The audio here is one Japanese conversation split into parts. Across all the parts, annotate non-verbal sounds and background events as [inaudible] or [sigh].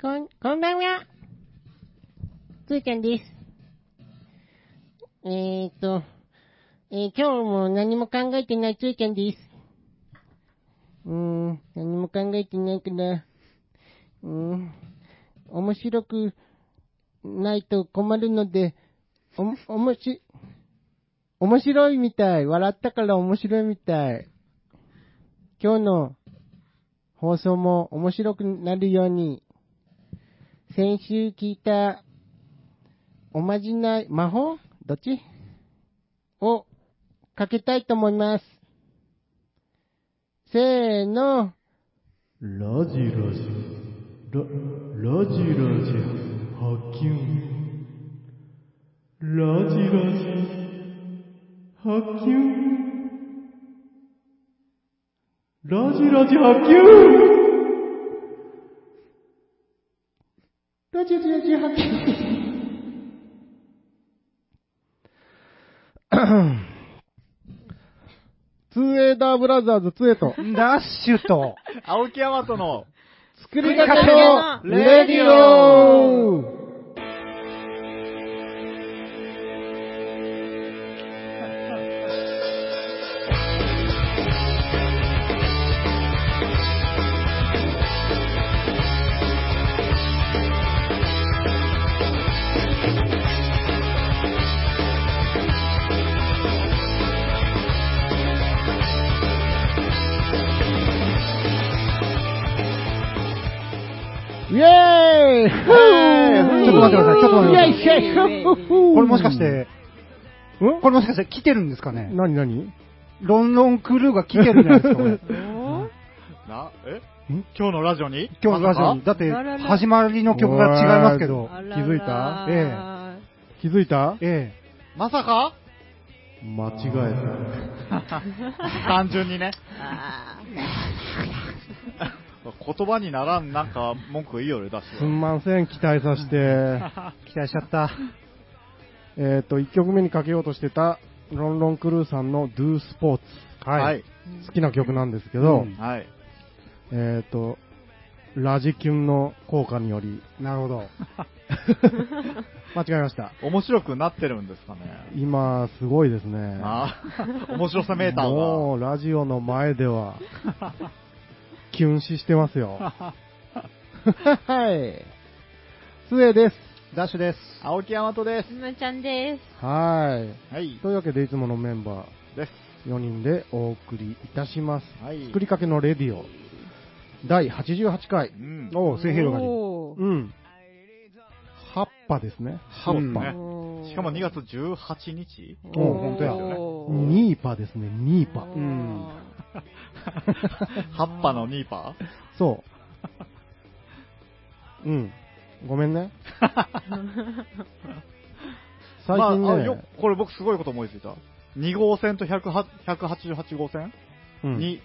こん、こんばんは。つーちゃんです。えーっと、えー今日も何も考えてないつーちゃんです。うーん、何も考えてないから、うーん、面白くないと困るので、おも、おもし、面白いみたい。笑ったから面白いみたい。今日の放送も面白くなるように、先週聞いた、おまじない、魔法どっちをかけたいと思います。せーの。ラジラジ、ラ、ラジラジ、ハキュン。ラジラジ、ハキュン。ラジラジ、ハキュン。ラジオラジオ発ツーエーダーブラザーズツエと。ダッシュと、青木山との、作りり方方ののレレデディィオオイェーイちょっと待ってくださいちょっと待ってくださいイェイイェイこれもしかして、んこれもしかして来てるんですかねなになにロンロンクルーが来てるんじゃないですか、これ。 [laughs] な、えん今日のラジオに今日のラジオに。だって、始まりの曲が違いますけど。気づいたえ気づいたえまさか間違まさか [laughs] 単純にね。 [laughs] 言葉にならん、なんか文句言いよる、ダッシすュは。んません、期待させ [laughs] て。え。期待しちゃった。えっと、1曲目にかけようとしてた、ロンロンクルーさんの Do Sports。はい。好きな曲なんですけど、うんはい。えっと、ラジキュンの効果により、なるほど。 [laughs] 間違えました。面白くなってるんですかね。今、すごいですね。ああ、面白さメー [laughs] ターもが。う、ラジオの前では、キュン死してますよ。はい。スエです。ダッシュです。青木山とでむちゃんです。はす。はいい。。というわけで、いつものメンバです。ー4人でお送りいたします。はい。作りかけのレディオ、第88回う。ん。おう、水平がに。おーうん。葉っぱですね。葉っうんぱね。おーしかも2月18日お [laughs] ーもう本当やニーパですね、ニーパお。ー嗯うん葉っぱのニーパそう。うん。ごめんね。最近まああねよ、これ僕すごいこと思いついた。2号線と108 188号線うんに、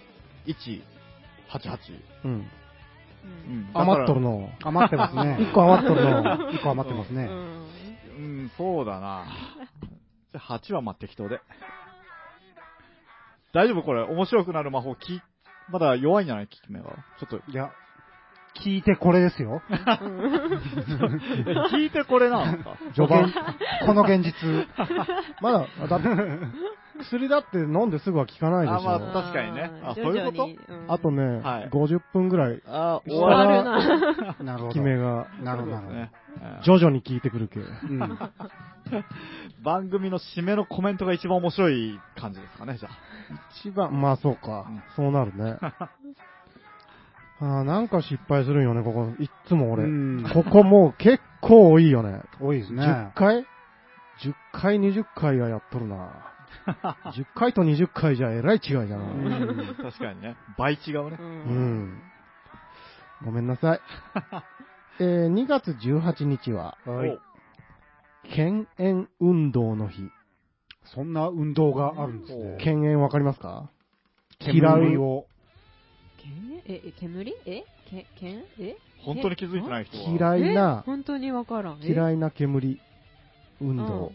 188。うん。うんうん余っとる。の。余ってます [laughs] ね。 1個余っとる [laughs] の。 1個余って嗯ますね。だからうん、そうだな。じゃあ8はまあ適当で。大丈夫これ、面白くなる魔法、き、まだ弱いんじゃない効き目が。ちょっと、いや、聞いてこれですよ。聞いてこれなのか。序盤。この現実。まだ、あだって、薬だって飲んですぐは効か [laughs] ないでしょ。あまあ確かにねあそういうことあとね、はい50分ぐらい、あー、終終わわる。るな。なるほ効きど。目が、なるほど、なるほど。ねうん徐々に効いてくる系。うん。番組の締めのコメントが一番面白い感じですかね、じゃあ。一番、まあそうかうん。そうなる [laughs] ね。あーなんか失敗するんよね、ここ。いっつも俺う。んここもう結構多いよね。多いですね。 10回 ?10 回、20回はやっとる [laughs] な。10回と20回じゃえらい違いだうな。ん確かにね。倍違うね。う。ん。ごめんな [laughs] さい。えー2月18日は、はい。犬猿運動の日。そんな運動があるんですね。犬猿わかりますか煙を。煙え、え煙えけ、けんえ本当に気づいてない人は。嫌いえな、本当にわからん。え嫌いな煙運動。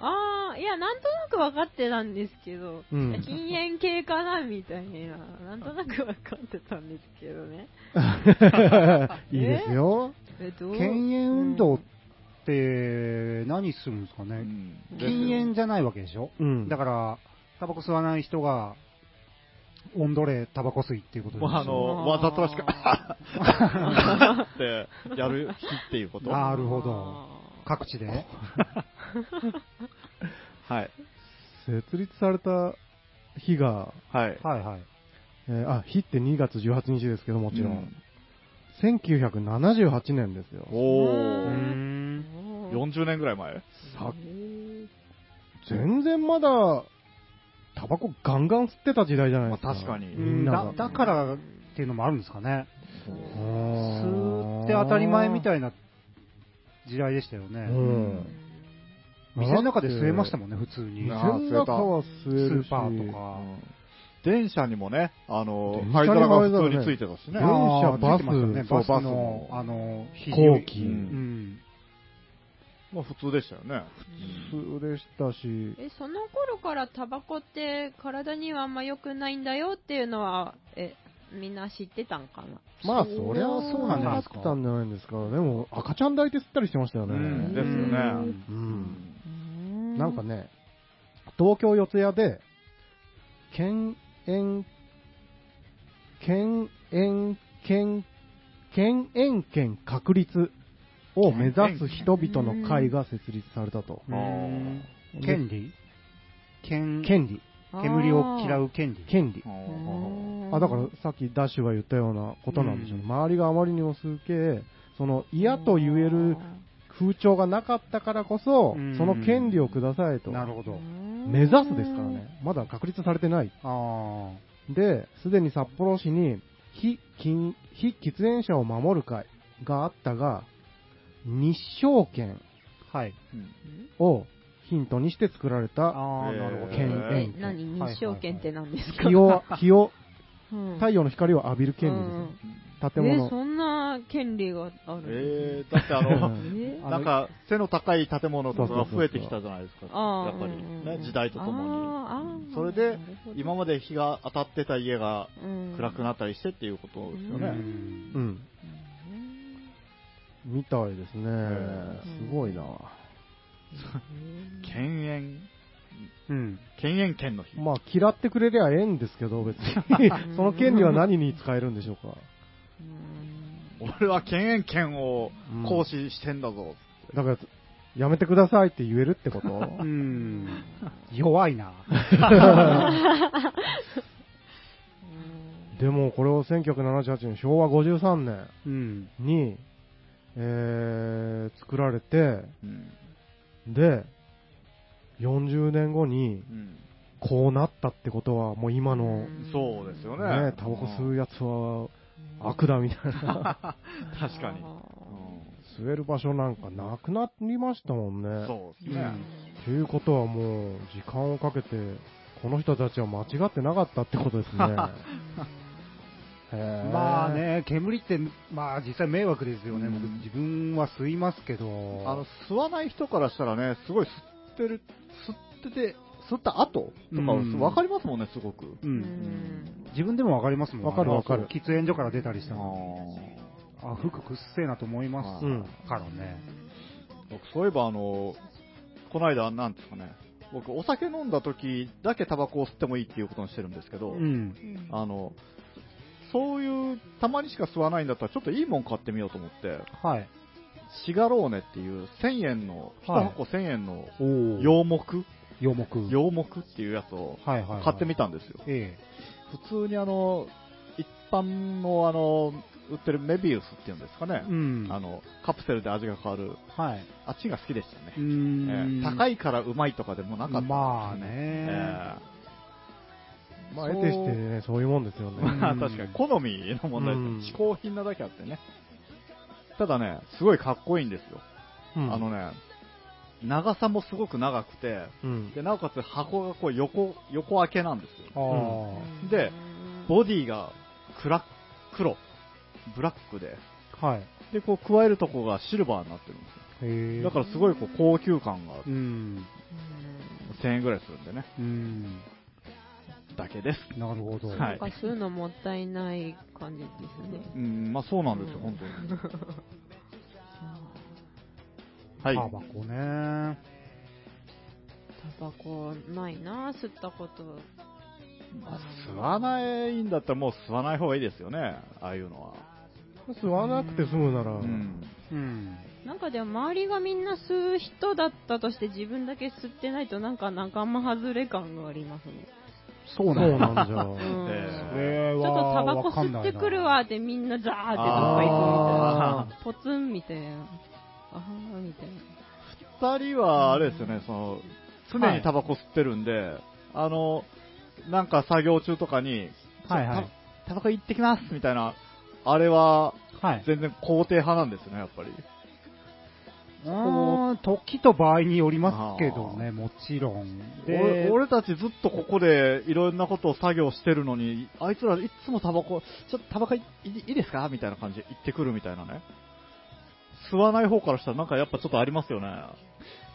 ああ、いや、なんとなく分かってたんですけど、うん禁煙系かなみたいな、なんとなく分かってたんですけどね。いいですよ。えどう禁煙運動って何するんですかね、禁煙じゃないわけでしょ、うんだから、タバコ吸わない人が、オンドレタバコ吸いっていうことですもうあよの、わざとらしく、あはっ [laughs] ってやる日っていうこと。なはるほど、各地で、い。設立された日が、はい。はいはい、えーあ、日って2月18日ですけどもちろん、うん1978年ですよ。おうー。ん40年ぐらい前さ全然まだ、タバコガンガン吸ってた時代じゃないですか。まあ確かにみんながだだからっていうのもあるんですかね、うん吸って当たり前みたいな時代でしたよね、うん。店の中で吸えましたもんね、普通に、店なのあ中は吸えるし。スーパーとか電車にもね、あの、電車灰にも皿が普通についてたしね。あう電車あーついてましたバねバススそうバスのの、あの、飛飛行機。ううんん、まあ普通でしたよね。普通でしたし、え、その頃からタバコって体にはあんま良くないんだよっていうのは、え、みんな知ってたんかなまあそりゃそうなんだったんじゃないんですか。でも赤ちゃん抱いて吸ったりしてましたようね。ん、ですよね。うん。なんかね、東京四谷で、犬猿、犬猿、犬、犬猿犬確立を目指す人々の会が設立されたと。あーで権利権権利。煙を嫌う権利権利あ。あーー。あ、だからさっきダッシュが言ったようなことなんでしょうね。うん周りがあまりにもすげえ、その嫌と言える風潮がなかったからこそうん、その権利をくださいと。なるほど。目指すですからね。まだ確立されてない。あで、すでに札幌市に非禁非喫煙者を守る会があったが、日照圏あ、はい。うんをヒントにして作られた、ああ、えーなるほど。権え利、何日照券って何ですか日 [laughs] を、日を、 [laughs] うん太陽の光を浴びる権利うでんす。建え、物。そんな権利があるえー、だってあの、えあの [laughs] なんか背の高い建物とかが増えてきたじゃないですか、あやっぱり、ね、時代ととももに。それで、今まで日が当たってた家が暗くっなったりしてっていうことですようね。んうん。みたいですねー。すごいな。犬猿、うん。犬猿犬の日。まあ、嫌ってくれりゃええんですけど、別に。 [laughs] その権利は何に使えるんでしょうか。俺は犬猿犬を行使してんだぞ。だから、やめてくださいって言えるってことうん。弱いな。でもこれを1978年、昭和53年うん。に、えー、作られて、うんで、40年後にうんこうなったってことは、もう今の、ね、そうですよね。タバコ吸うやつは悪だみたいな、 [laughs] 確かに。 [laughs] 吸える場所なんかなくなりましたもんうんね。そうですね。ということはもう、時間をかけて、この人たちは間違ってなかったってことですね。へーまあ。ね、煙って、まあ実際迷惑ですよね。うん僕、自分は吸いますけど。あの、吸わない人からしたらね、すごい吸ってる、吸ってて、吸った後とかうんわかりますもんね、すごく。うん。自分でもわかりますもん。わかるわかるあの喫煙所から出たりしたあの。ーあ、服くっせえなと思いますうん。からね。僕そういえばあの、この間なんですかね、僕お酒飲んだ時だけタバコを吸ってもいいっていうことにしてるんですけど、うん。あの、そういう、たまにしか吸わないんだったら、ちょっといいもん買ってみようと思って、はい。シガローネっていう1000円の、1はい箱1000円のおお洋木、洋木。はい洋木っていうやつをはいはい。買ってみたんですよ。え普通にあの、一般のあの、売ってるメビウスっていうんですかねえ。、うん。あの、カプセルで味が変わる、はい。あっちが好きでしたね。うえんえ高いからうまいとかでもなかったんですよね、まあねえまあ、得てしてね、そういうもんですよえね。まあ確かに好みの問題うんですよ、嗜好品なだけあってね、ただね、すごいかっこいいんですよ、うんあのね、長さもすごく長くて、うん。でなおかつ箱がこう横横開けなんですあよ、あ。で、ボディが暗黒、ブラックで、はい。でこう加えるとこがシルバーになってるんですへえよ、だからすごいこう高級感があるう。ん。 1000円ぐらいするんでね。うん。だけです。なるほど。はいなんか吸うのもったいない感じですね。うん、まあそうなんですよ、本当に。はい。タバコね。タバコないな、吸ったこと。まあ吸わないんだったらもう吸わない方がいいですよね、ああいうのは。吸わなくて済むなら、うん。うん。なんかでも周りがみんな吸う人だったとして自分だけ吸ってないとなんか仲間外れ感がありますね。そそううなんだ。なんじゃ。う [laughs] えん。ーちょっとタバコ吸ってくるわってみんなザーってどっか行くみたいな。ポツンみたいな。あーみたいな。二人は、あれですよね、その、常にタバコ吸ってるんで、あの、なんか作業中とかに、はいはいちょタタバコ行ってきますみたいな、あれは、はい。全然肯定派なんですよね、やっぱり。うーん、時と場合によりますけどね、もちろん。で俺、俺たちずっとここでいろんなことを作業してるのに、あいつらいつもタバコ、ちょっとタバコいいいいですかみたいな感じで行ってくるみたいなね。吸わない方からしたらなんかやっぱちょっとありますよね。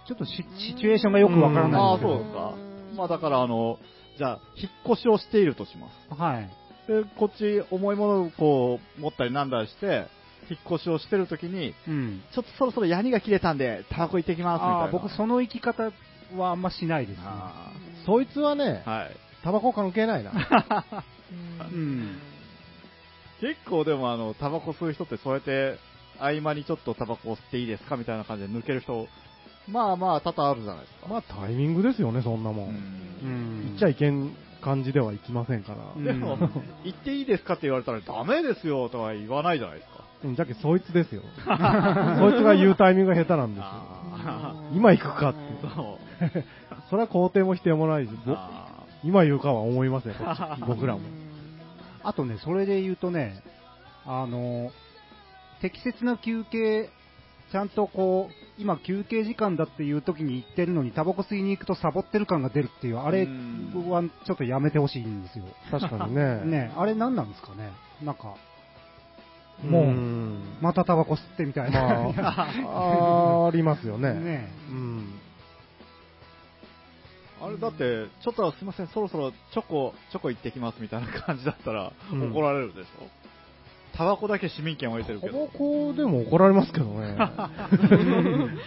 ちょっとシシチュエーションがよくわからあないあ、んそうでですか。まあだからあの、じゃあ、引っ越しをしているとします。すけど。はい。で、こっち重いものをこう、持ったりなんだりして、引っ越しをしてるときに、うん。ちょっとそろそろヤニが切れたんで、タバコ行ってきますみたいあな。あ、僕その生き方はあんましないですね。あそいつはねあ、はい。タバコ関係ないな。うん。結構でもあの、タバコ吸う人ってそうやって、合間にちょっとタバコ吸っていいですかみたいな感じで抜ける人、まあまあ多々あるじゃないですか。まあタイミングですよね、そんなも。うんうんん。行っちゃいけん感じではいきませんから。うんでも、行っていいですかって言われたら、ダメですよとは言わないじゃないですか。うんじゃけそいつですよ。そいつが言うタイミングが下手なんですよ。あ今行くかって。あ、そう。それは肯定も否定もないし、ぼあ今言うかは思いますよ、こっち僕らも。あとね、それで言うとね、あの、適切な休憩、ちゃんとこう、今休憩時間だっていう時に行ってるのに、タバコ吸いに行くとサボってる感が出るっていう、あれうんはちょっとやめてほしいんですよ。確かにね。ねあれ何なんですかねなんか、もう、うんまたタバコ吸ってみたいな。まあ、ありますよね。 [laughs] ねうん。あれだって、ちょっとすいません、そろそろチョコ、チョコ行ってきますみたいな感じだったら、うん怒られるでしょ。タバコだけ市民権置いてるタけバど。コでも怒られますけど [laughs] ね。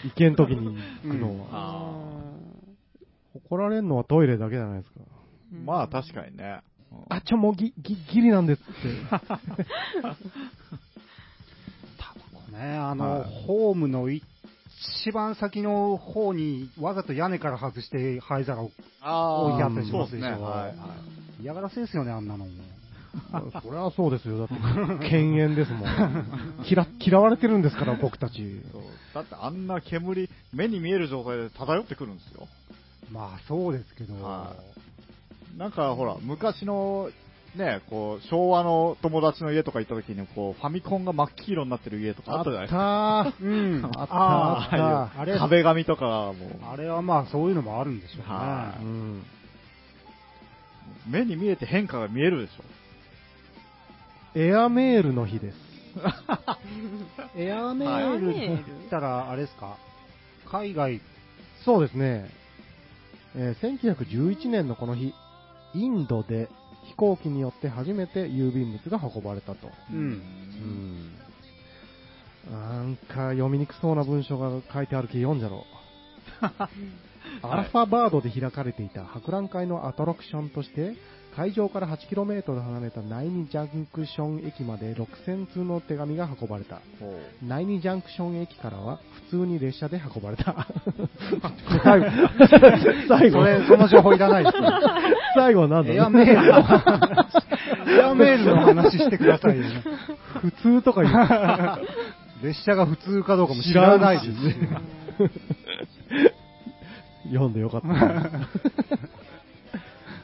行けん時に行くのは。あ怒られるのはトイレだけじゃないですか。ーまあ確かにね。うんあ、ちょ、もうぎ、ぎ、ギリなんですって。ねあの、はいホームの一番先の方にわざと屋根から外して灰皿をあー置いてあったりしますでしょそうですねはいはい嫌がらせですよね、あんなの。 [laughs] そりゃそうですよ。だって、犬猿ですもん。嫌、嫌われてるんですから、僕たち。そうだってあんな煙、目に見える状態で漂ってくるんですよ。まあそうですけど、はなんかほら、昔の、ね、こう、昭和の友達の家とか行った時に、こう、ファミコンが真っ黄色になってる家とかあったじゃないですか。あうん、あったあーあああいれう壁紙とかがもう、あれはまあそういうのもあるんでしょうね。はーうん。目に見えて変化が見えるでしょ。エアメールの日です。エアメはいールっエアて言メールったら、あれですか、海外、そうですね、えー1911年のこの日、インドで飛行機によって初めて郵便物が運ばれたと。うんうんなんか読みにくそうな文章が書いてあるけ読んじゃろう。アルファバードで開かれていた博覧会のアトラクションとして、会場から 8km 離れたナイニジャンクション駅まで6000通の手紙が運ばれた。ほうナイニジャンクション駅からは普通に列車で運ばれた。最後、 [laughs] 最そ後、れ、その情報いらないですね。最後なんだエアメールの話、エアメールの話してくださいよ。普通とか言う列車が普通かどうかも知らないですね。 [laughs] 読んでよかった。 [laughs]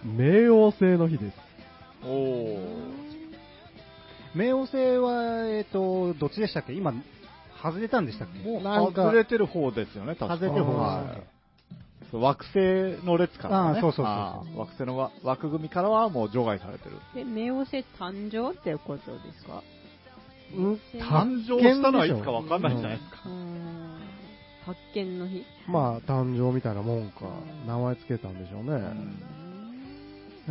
冥王星の日です。お冥王星は、えっ、と、どっちでしたっけ今、外れたんでしたっけお。なんか外れてる方ですよね、確か外れてる方ではすいね。そう惑星の列から、あね。ーそうそうそうそうあー惑星のわ枠組みからはもう除外されてる。で、冥王星誕生ってことですかうん生誕生したのはいつかわかんないじゃないですか。うーん発見の日。まあ、誕生みたいなもんか。名前つけたんでしょうね。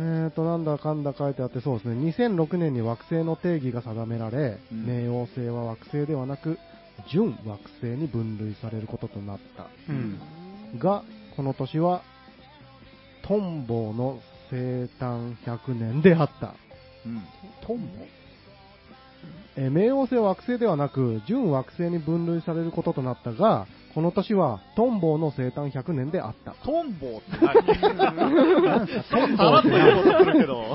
えーと、なんだかんだ書いてあって、そうですね。2006年に惑星の定義が定められ、うん冥王星は惑星ではなく、準惑星に分類されることとなった。うん。が、この年は、トンボの生誕100年であった。うん。トンボえー冥王星は惑星ではなく、準惑星に分類されることとなったが、この年はトンボの生誕100年であった。トンボって何トンボさらっと言おうとするけど。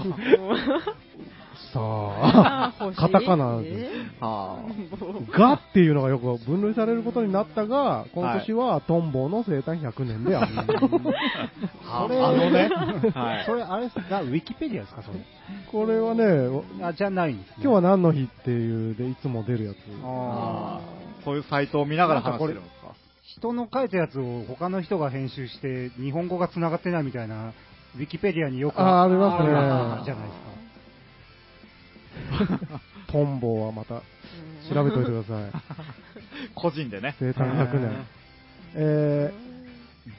さあ、あーカタカナ欲しいではあ。 [laughs] がっていうのがよく分類されることになったが、この年はトンボの生誕100年であ [laughs] った。あそれのね。はいそれ、あれですか、ウィキペディアですか、それ。これはね、あ、じゃないんです、ね。今日は何の日っていうで、いつも出るやつ。あーそういうサイトを見ながら話してるんですか。人の書いたやつを他の人が編集して、日本語が繋がってないみたいな、ウィキペディアによくあーありますねあるじゃないですか。トンボはまた調べておいてください。個人でね。生誕100年。え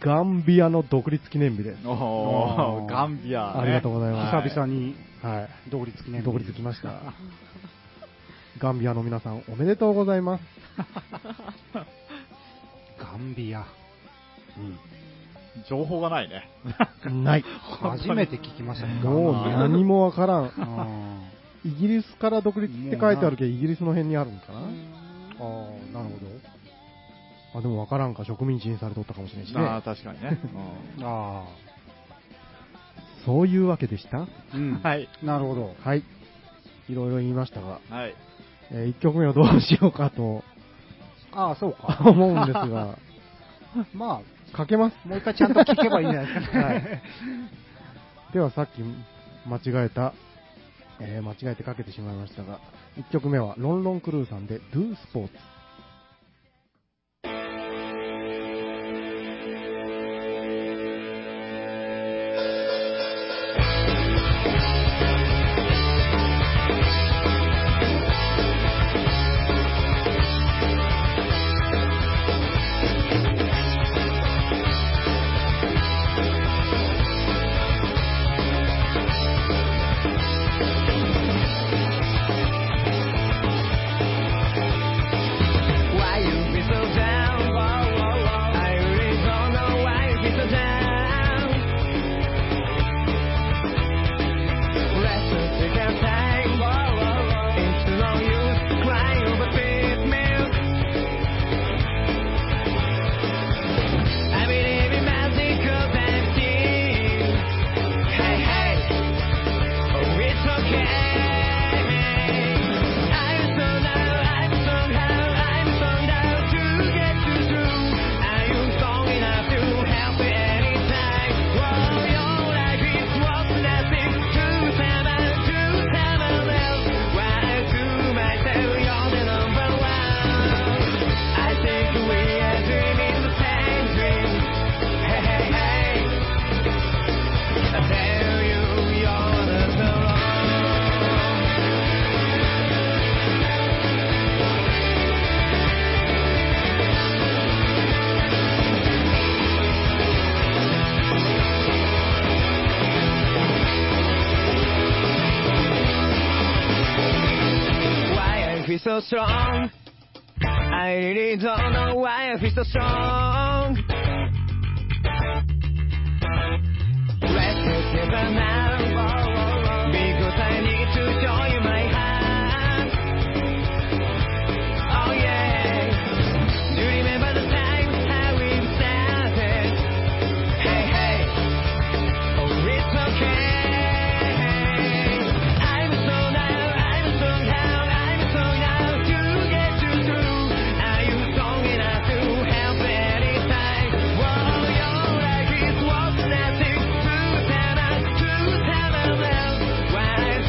ー、ガンビアの独立記念日です。おおーーガンビア、ね。ありがとうございますはい久々にはい。独立記念日。独立来ました。ガンビアの皆さん、おめでとうございます。ガンビア。 [laughs] 情報がないね。ない。初めて聞きましたね。もうガン何もわからビ [laughs] アん。あイギリスから独立って書いてあるけど、イギリスの辺にあるんかなうんあーなるほど。あ、でもわからんか、植民地にされとったかもしれんしああ、ね。確かにね。ーあそういうわけでしたー。ううんん。はい。なるほど。はい。いろいろ言いましたが、はい。え1曲目をどうしようかとああ、そうか。 [laughs] 思うんですが、まかけます。あ、もう一回ちゃんと聞けばいいんじゃないですかね。ではさっき間違えた、えー間違えてかけてしまいましたが、1曲目はロンロンクルーさんで Do スポーツ。 Why you be so down? I really don't know why you be so down. Let's just take our time. It's no use crying over big milk. I believe in magical empty. Hey hey, oh it's okay. I'm so down, I'm so down, I'm so down to get you through. Are you strong enough to help me anytime? Well, your life is worth nothing to someone, to someone else. When I do myself, you're the number one. I think we are dreaming the same dream. Hey, hey, hey. I tell you, you're not alone. Why I feel so strong? I really don't know why I feel so strong. Let's just give it now. Because I need to show you my hand. Oh yeah. Do you remember the time how we started? Hey, hey. Oh, it's okay. I'm so down, I'm so down, I'm so down to get you through. Are you strong enough to help anytime? Well, your life is worth nothing to someone, to someone else.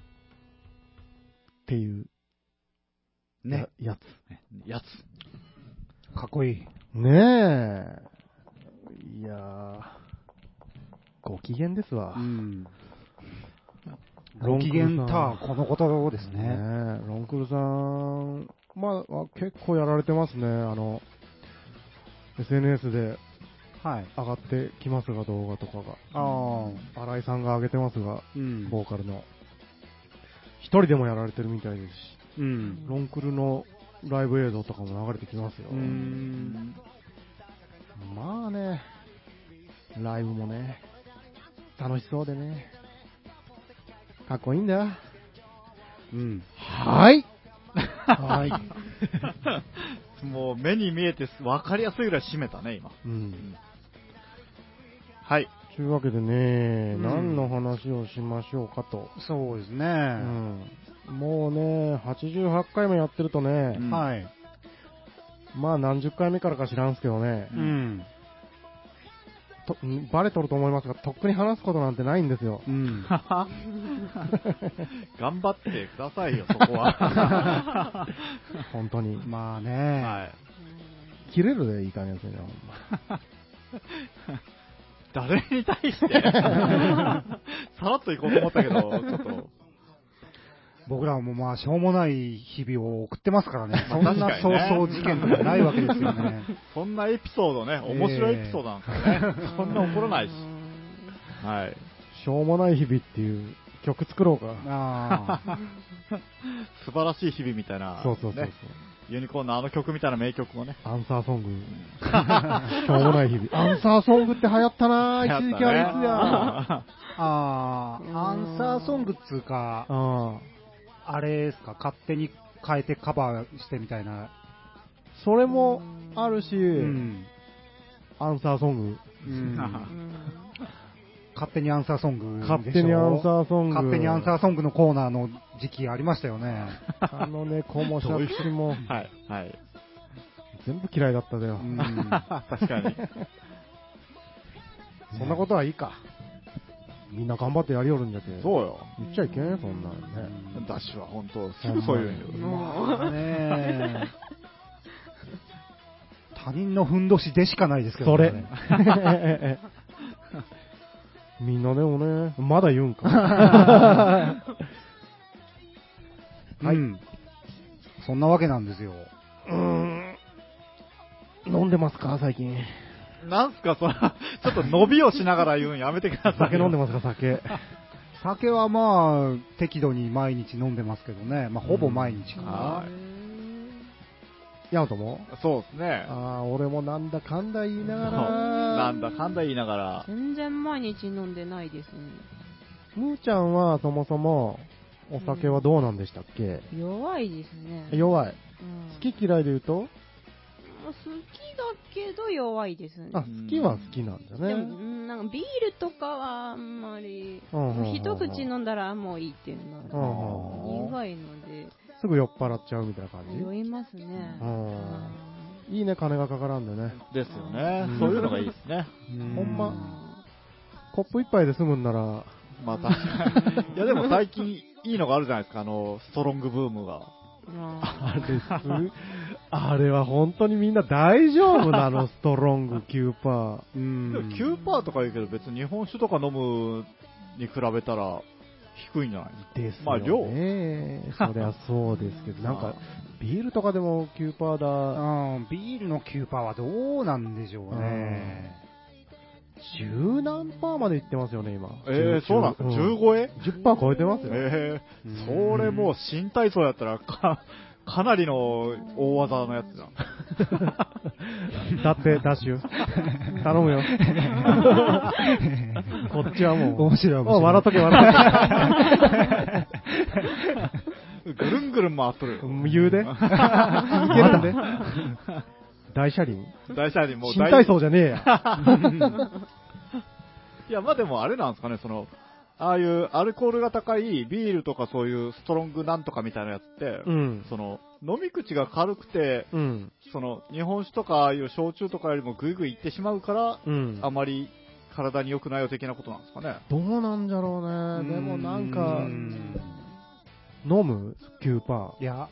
っていう。ね。やつ。やつ。かっこいい。ねえ。いやーご機嫌ですわ。うん。ロごンク機ル嫌さんタワー、この言葉ですねね。えロンクルさん、まあ、あ結構やられてますね。あの、SNS ではい。上がってきますが、動画とかああ、が。新井さんが上げてますが、うん。ボーカルの。一人でもやられてるみたいですし、うん。ロンクルのライブ映像とかも流れてきますよ。うーん。まあね、ライブもね、楽しそうでね、かっこいいんだ。うん。はい。はい。 [laughs] [laughs] もう目に見えて分かりやすいぐらい締めたね、今。うん。はい。というわけでね、うん何の話をしましょうかと。そうですね。うん。もうね、88回もやってるとね、うんはい。まあ何十回目からか知らんすけどね、うん。とんバレとると思いますが、とっくに話すことなんてないんですよ。うん。頑張ってくださいよ、そこは。本当に。 [laughs] まあね、はい。切れるでいい感じですね、ほんま誰に対してさらっと行こうと思ったけど、ちょっと。僕らもまあ、しょうもない日々を送ってますか [laughs] らね。まそあんな確かに早ね々事件とかないわけですよね。そんなエピソードね、面白いエピソードなんですよね。そんな怒らないし。はい。しょうもない日々っていう曲作ろうか。ああ。素晴らしい日々みたいな、そうそうそうそう、ねユニコーンのあの曲みたいな名曲もね。アンサーソング。しょうもない日々。アンサーソングって流行ったなぁ、やった一ね時期あれい [laughs] つや。ああ、アンサーソングっつうか、あああれですか、勝手に変えてカバーしてみたいな。それもあるし、うん。アンサーソング。 [laughs] うんうん勝手にアンサーソングでしょ。勝手にアンサーソング。勝手にアンサーソングのコーナーの時期ありましたよね。あの猫もシャチも、 [laughs] はい。はい。全部嫌いだっただよ。 [laughs] うん確かに。そんなことはいいか。みんな頑張ってやりよるんじゃけ。そうよ。言っちゃいけん、そんなんね。ダッシュは本当、すぐそういうんよ。まあね [laughs] 他人のふんどしでしかないですけどそれね。。 [laughs] みんなでもね、まだ言うんか。はい、そんなわけなんですよ。うーん。飲んでますか、最近。なんすか、その、ちょっと伸びをしながら言うんやめてください。酒飲んでますか、酒。酒はまあ、適度に毎日飲んでますけどね。まあ、ほぼ毎日かな。はヤオトもい。そうですね。ああ、俺もなんだかんだ [laughs] 言いながら。なんだかんだ言いながら。全然毎日飲んでないですね。むーちゃんはそもそも、お酒はどうなんでしたっけ、弱いですね。弱い。うん好き嫌いで言うとまあ好きだけど弱いですね。あ、好きは好きなんだでも、うね。んなんかビールとかはあんまり、うんうんうんうん一口飲んだらもういいっていうのうはんうん苦いので、すぐ酔っ払っちゃうみたいな感じ酔いますね。うんいいね、金がかからんでね。ですよねうん。そういうのがいいですね。うんほんうま、んコップ一杯で済むんなら、まあ確かに。いやでも最近いいのがあるじゃないですか、あの、ストロングブームが。あれ [laughs] す、あれは本当にみんな大丈夫なの、ストロング9%パうんでも9%とか言うけど別に日本酒とか飲むに比べたら低いんじゃないですか。ーですよ、ね。まあ量そりゃそうです [laughs] けど、なんか、ビールとかでも9%パーだ、うん、ビールの9%はどうなんでしょうね。十何パーまでいってますよね、今。え10えそうなんですか、15え ?10% パー超えてますよ。ええそれもう新体操やったらか、かなりの大技のやつじゃん。だって、ダッシ [laughs] ュ。頼むよ。こっちはもう。面白い面白いお笑っとけ、笑っぐるんぐるん回っとるとけ。。言 [laughs] うで。いけるんで。大車輪大体もう新大体操じゃねえや。いや、まあでもあれなんですかね、その、ああいうアルコールが高いビールとかそういうストロングなんとかみたいなやつって、うん。 [laughs] その、飲み口が軽くて、うん。その、日本酒とかああいう焼酎とかよりもぐいぐいいってしまうから、うん。あまり体に良くないよ的なことなんですかね。どうなんじゃろうね。でもなんかう、ん飲む ?9%。いや、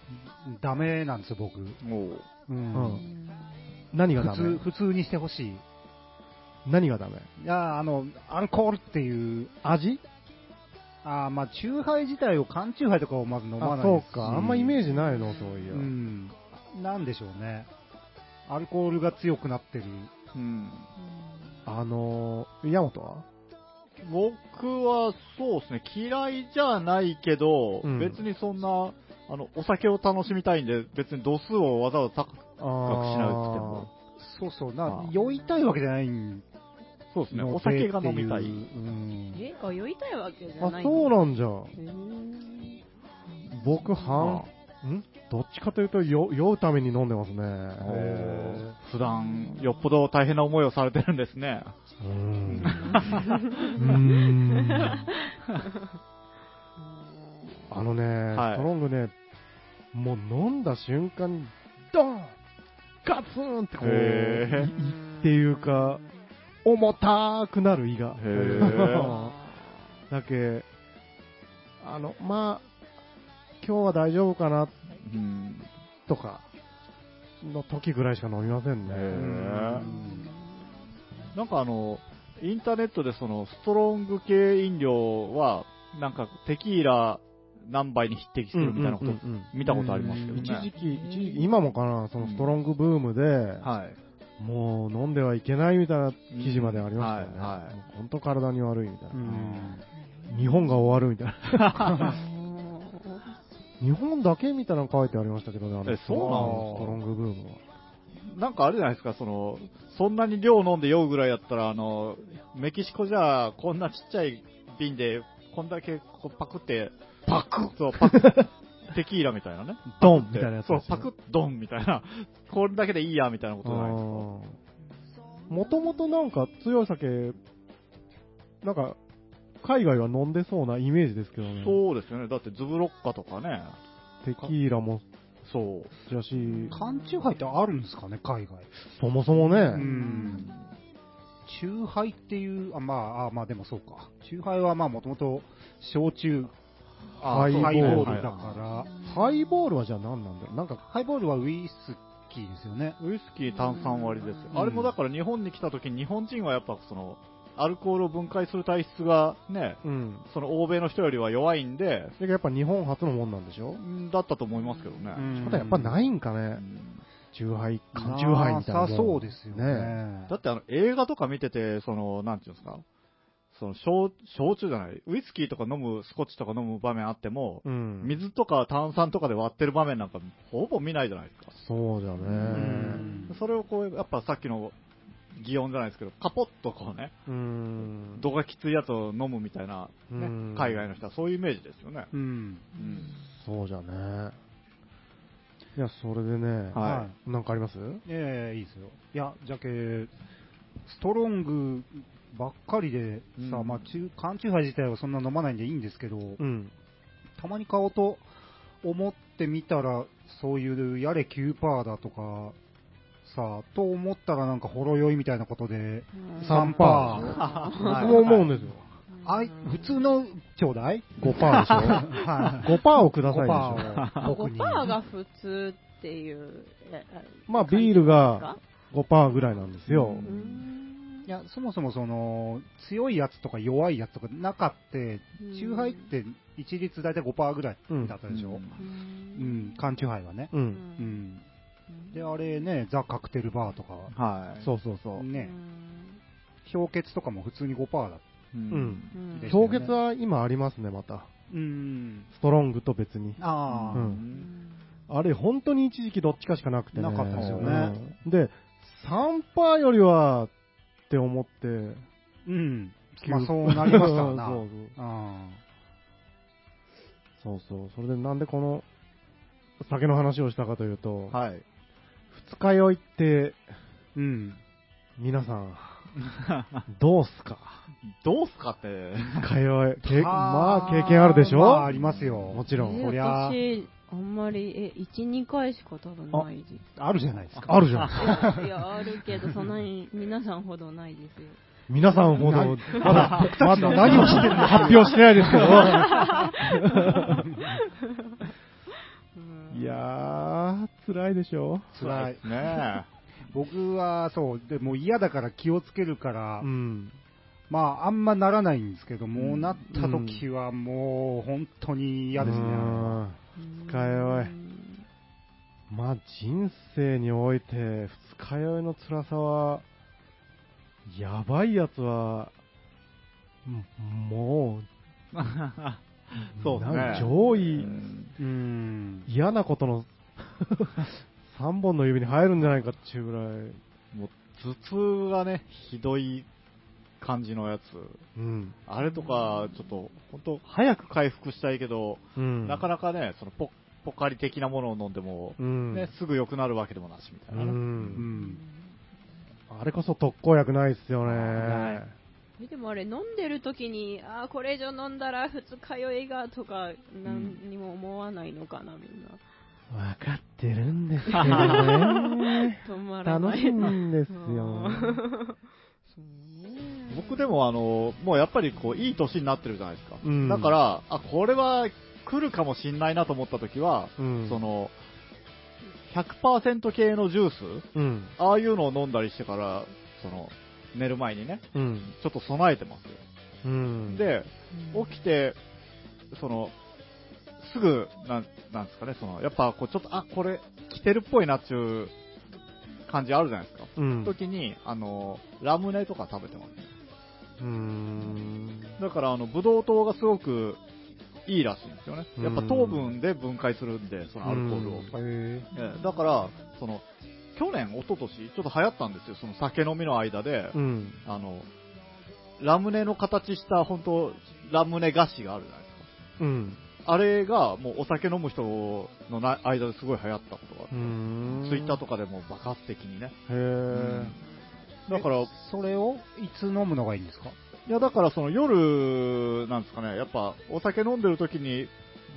ダメなんですよ、僕。もう。ううんん。何がダ普通、メ普通にしてほしい。何がダメいや、あの、アルコールっていう、味あーまあ、チューハイ自体を缶チューハイとかをまず飲まあ、ないそでうすか。あんまイメージジないの、そういや。うん。なんでしょうね。アルコールが強くなってる。うん。あのー、ヤマトは僕はそうですね、嫌いじゃないけど、うん別にそんな、あの、お酒を楽しみたいんで、別に度数をわざわざ高く、あしないってもそうそう。あなー、酔いたいわけじゃないんそうですね、のでお酒が飲みたっいて。ううん。え、あ、酔いたいわけじゃあな、いそうなのんじゃ。へー僕、半、んどっちかというと、酔酔うために飲んでますね。おー普段、よっぽど大変な思いをされてるんですね。うーん。うーん [laughs] あのね、はいストロングね、もう飲んだ瞬間に、ドーンガツンってこう、へーいっていうか、重たーくなる胃が。へー [laughs] だけ、あの、まあ、今日は大丈夫かなうん。とか、の時ぐらいしか飲みませんへね。ーなんかあの、インターネットでその、ストロング系飲料は、なんかテキーラ何杯に匹敵するみたいなことうんうんうんうん見たことありますけど一時ね。期、一時期今もかな、そのストロングブームで、はい。もう飲んではいけないみたいな記事までありましたよね。うんはいはいもう本当体に悪いみたいな。うん。日本が終わるみたいな。 [laughs] 嗯うん日本だけみたいなの書いてありましたけどね、あのえそうなのストロングブームは。なんかあれじゃないですか、その、そんなに量飲んで酔うぐらいだったら、あの、メキシコじゃ、こんなちっちゃい瓶で、こんだけこうパクって、パクそう、[laughs] パク、テキーラみたいなね。ドンみたいなやつそでう、すよパクッ、ドンみたいな。これだけでいいや、みたいなことじゃないですか。もともとなんか強い酒、なんか、海外は飲んでそうなイメージですけどね。そうですよね。だって、ズブロッカとかね。テキーラも、そう。だし、缶チューハイってあるんですかね、海外。そもそもね、うん。チューハイっていう、あ、まあ、あまあでもそうか。チューハイはまあもともと、焼酎、あハイボハイーボルールだから、ハイボールはじゃあ何なんだろう。なんか、ハイボールはウイスキーですよね。ウイスキー炭酸割りですよ、うんあれもだから日本に来た時に日本人はやっぱそのアルコールを分解する体質がねうん。その欧米の人よりは弱いんでだけどやっぱ日本初のもんなんでしょんだったと思いますけどね、ただやっぱないいんかうね、んチューハイ、缶チューハイみたいなもん。さそうですよね。だってあの映画とか見ててそのなんていうんですかその焼焼酎じゃないウイスキーとか飲むスコッチとか飲む場面あっても、うん。水とか炭酸とかで割ってる場面なんかほぼ見ないじゃないですかそうだね。うんそれをこうやっぱさっきの擬音じゃないですけどカポッとこうねうん。度がきついやつを飲むみたいなねうん海外の人はそういうイメージですよね。うん。そうじゃね。いや、それでね、はいなんかありますええいいですよ。いや、じゃけ、ストロングばっかりでさ、うんまあ、中缶チューハイ自体はそんな飲まないんでいいんですけど、うん。たまに買おうと思ってみたら、そういうやれ9%だとか、さ、と思ったらなんかほろ酔いみたいなことで、3%。僕も思うんですよ。あい普通のちょうだい5%で [laughs] はしょ ?5% をくだ5%さいでしょ。を僕に。 5%が普通っていう。えまあ、ビールが、5%ぐらいなんですよ。うーんいや、そもそもその、強いやつとか弱いやつとか中って、チューハイって一律大体5%ぐらいだったでしょ、ううんん、缶チューハイはね。う。うんうんん。で、あれね、ザ・カクテルバーとか、はい。そうそうそう。ね、氷結とかも普通に5%だっううんん。うんでしたよ氷ね結は今ありますね、また。うん。ストロングと別に。ああ、ううんんあれ、本当に一時期どっちかしかなくてね。なかったですよねうん。で、3%よりは、って思って、うん。まあそうなりましたわ [laughs] な。そうあそうそうそう。それでなんでこの、酒の話をしたかというと、はい。二日酔いって、ーうん。皆さ [laughs] ん、どうすかどうすか [laughs] って。二日酔い。けまあ、ー経験あるでしょ、まあ、ありますもよ。ちろん。えそりゃあ私、あんまり、え、1、2回しか多分ないです。あるじゃないですか。あるじゃん。いや、あるけど、そんなに皆さんほどないですよ。皆さんほど、まだ、まだ何をしてるのか発表してない [laughs] ですけいやー、辛いでしょ辛い [laughs] そうですね [laughs] 僕はそう、でも嫌だから気をつけるから、ど、うん。まあ、あんまならないんですけど、もうなった時はもう、本当に嫌ですね。うん二日酔い。まあ、人生において、二日酔いの辛さは、やばいやつは、んもう、そうですねなんか上う位、んうん。嫌なことの、3本の指に入るんじゃないかっていうぐらい、もう頭痛がね、ひどい感じのやつ。うん。あれとか、ちょっと、本当早く回復したいけど、うん。なかなかね、そのポポカリ的なものを飲んでも、うん。ね、すぐ良くなるわけでもなしみたういなね、ん。ん。あれこそ特効薬ないっすよねな。えでもあれ飲んでる時にあーこれ以上飲んだら二日酔いがとか何にも思わないのかなみんなわかってるんですけどね。止まらな楽いしいんですあよ。ーそう僕でもあの、もうやっぱりこう、いい年になってるじゃないですか。うんだから、あ、これは来るかもしんないなと思った時は、うんその、100%系のジュースうん。ああいうのを飲んだりしてから、その、寝る前にね、うん。ちょっと備えてますよ。うん。、で、うん起きて、その、すぐ、なん、なんですかね、その、やっぱこう、ちょっと、あ、これ、着てるっぽいなっていう感じあるじゃないですか。うん。時に、あの、ラムネとか食べてます。うん。だから、あの、ブドウ糖がすごくいいらしいんですよね。やっぱうん糖分で分解するんで、そのアルコールを。へええだから、その、去年、一昨年ちょっと流行ったんですよ、その酒飲みの間でー。うん。あの、ラムネの形した、本当ラムネ菓子があるじゃないですうん。か。あれが、もうお酒飲む人のな間ですごい流行ったことがあうる。ん。ツイッターとかでも爆発的にね。へー。だから、いそれをいつ飲むのがいいんですかやだからその夜、なんですかね、やっぱお酒飲んでる時に、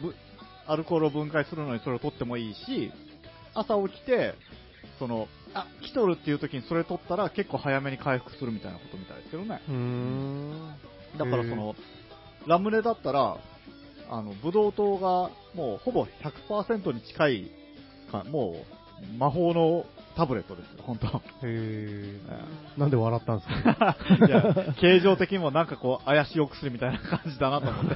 ぶアルコールを分解するのにそれを取ってもいいし、朝起きて、その、あ、来とるっていう時にそれ取ったら結構早めに回復するみたいなことみたいですけどね。うん。だからその、ラムネだったら、あの、ブドウ糖がもうほぼ100%に近いか、もう魔法のタブレットですよ、本当。へえ。なんで笑ったんですか [laughs] いや、形状的にもなんかこう、怪しいお薬みたいな感じだなと思って。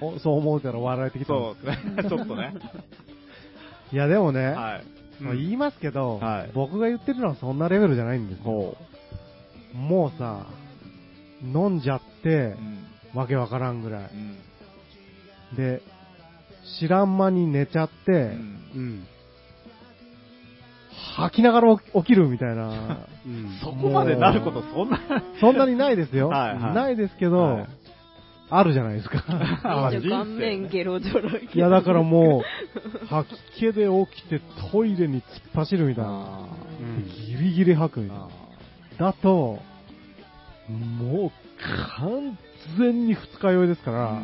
おそう思うたら笑えてきたんそでうです [laughs] ね、ちょっとね。すいや、でもね、はい。まあ言いますけど、はい僕が言ってるのはそんなレベルじゃないんですよほもうさ、飲んじゃってう。う、ん。わけわからんぐらうい。ん。で、知らん間に寝ちゃって、うんうん。吐きながら起き起きるみたい [laughs] な、うん。そこまでなること、そんな、そんなにないですよ。はいはいないですけど、はいあるじゃないですか。あ [laughs] 一応人生顔面ゲロジョロいいや、だからもう、吐き気で起きてトイレに突っ走るみたいな。あうでんギリギリ吐くみーたいなあ。だと、もう完全に二日酔いですから、ー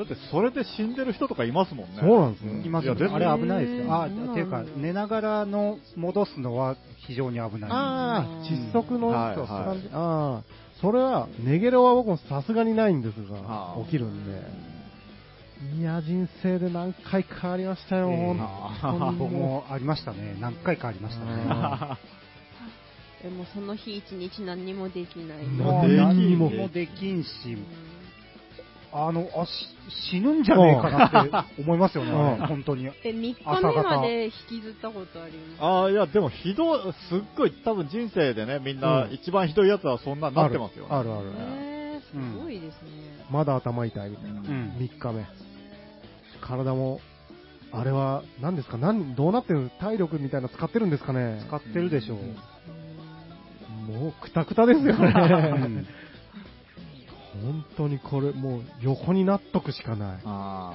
だってそれで死んでる人とかいますもんね。そうなんですよいますいやでもあれ危ないですへよ。ーあ、っていうか、寝ながらの戻すのは非常に危ない。ああ、窒息のはいそうそうはいああ、それは、寝ゲロは僕もさすがにないんですあがあ、起きるんで。いや、人生で何回かありましたよ、ええ本当に僕もありましたね。何回かありましたね。あえもうその日一日何にもできないなもう何もできんし、あの、あ、し死ぬんじゃねえかなって思いますよね、うん本当に。え3日目まで引きずったことありまあーいや、でもひどい、すっごい、多分人生でね、みんなうん一番ひどいやつはそんなになってますよ、ねあるあするある。えー、すごいですね、まだ頭痛いみたいな。うん3日目。体も、あれは、何ですか何、どうなってる体力みたいなの使ってるんですかね使ってるでしょう。もう、くたくたですようんね。 [laughs] 本当にこれ、もう、横になっとくしかない。あ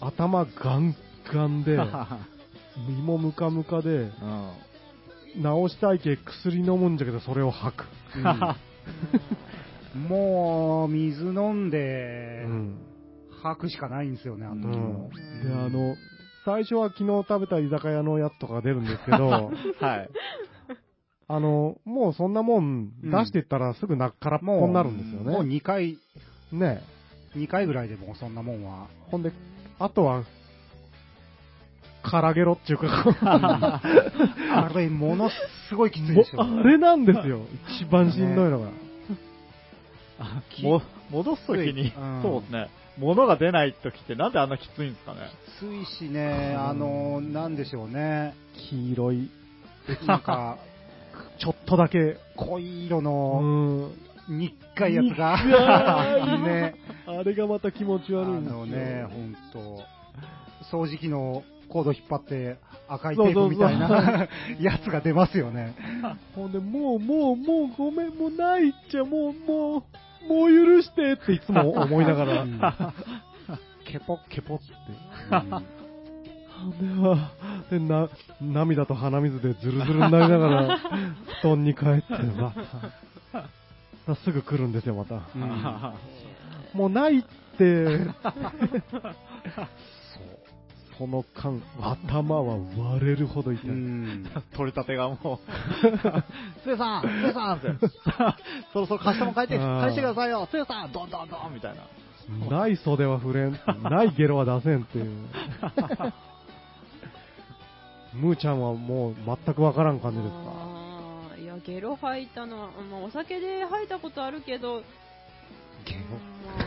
頭ガンガン [laughs] で、あ。身もムカムカで、うん。治したいけ薬飲むんじゃけど、それを吐く。もう、水飲んでう、ん吐くしかないんですよね、あの時うんも。で、あの、 [laughs] 最初は昨日食べた居酒屋のやつとか出るんですけど、はい。あの、もうそんなもん出してったらすぐな、空っぽになるんですよね。もう2回、ね2回ぐらいでもうそんなもんは。ほんで、あとは、からげろっていうか、 [laughs] あれ、ものすごいきついもでし [laughs] ょ。あれなんですよ。一番しんどいのが。も戻すときにうん、そうですね。物が出ないときってなんであんなきついんですかね。きついしね、あの、なんでしょうね。黄色い、なんか、ちょっとだけ、濃い色うの、ん。にっかいやつが。ね。あれがまた気持ちあ悪いんですよ。のね、ほんと、掃除機のコード引っ張って赤いテそうーそうそうプみたいな [laughs] やつが出ますよね。ほんで、もう、もう、もう、ごめん、もうないっちゃ、もう、もう、もう許してっていつも思いながら、うんケポッケポッって。では、で、な、涙と鼻水でズルズルになりながら、布団に帰って、わすぐ来るんですよ、また。もうないって、その間、頭は割れるほど痛い。うん取れたてが [laughs] もう、つえさん、つえさ [laughs] んって、そろそろ貸したもん返っあて、ー返してくださいよ、つえさん、どんどんどんみたいな。ない袖は触れん、ないゲロは出せんって [laughs] いう。むーちゃんはもう全くわからん感じですかあーいや、ゲロ吐いたのは、まあ、お酒で吐いたことあるけど、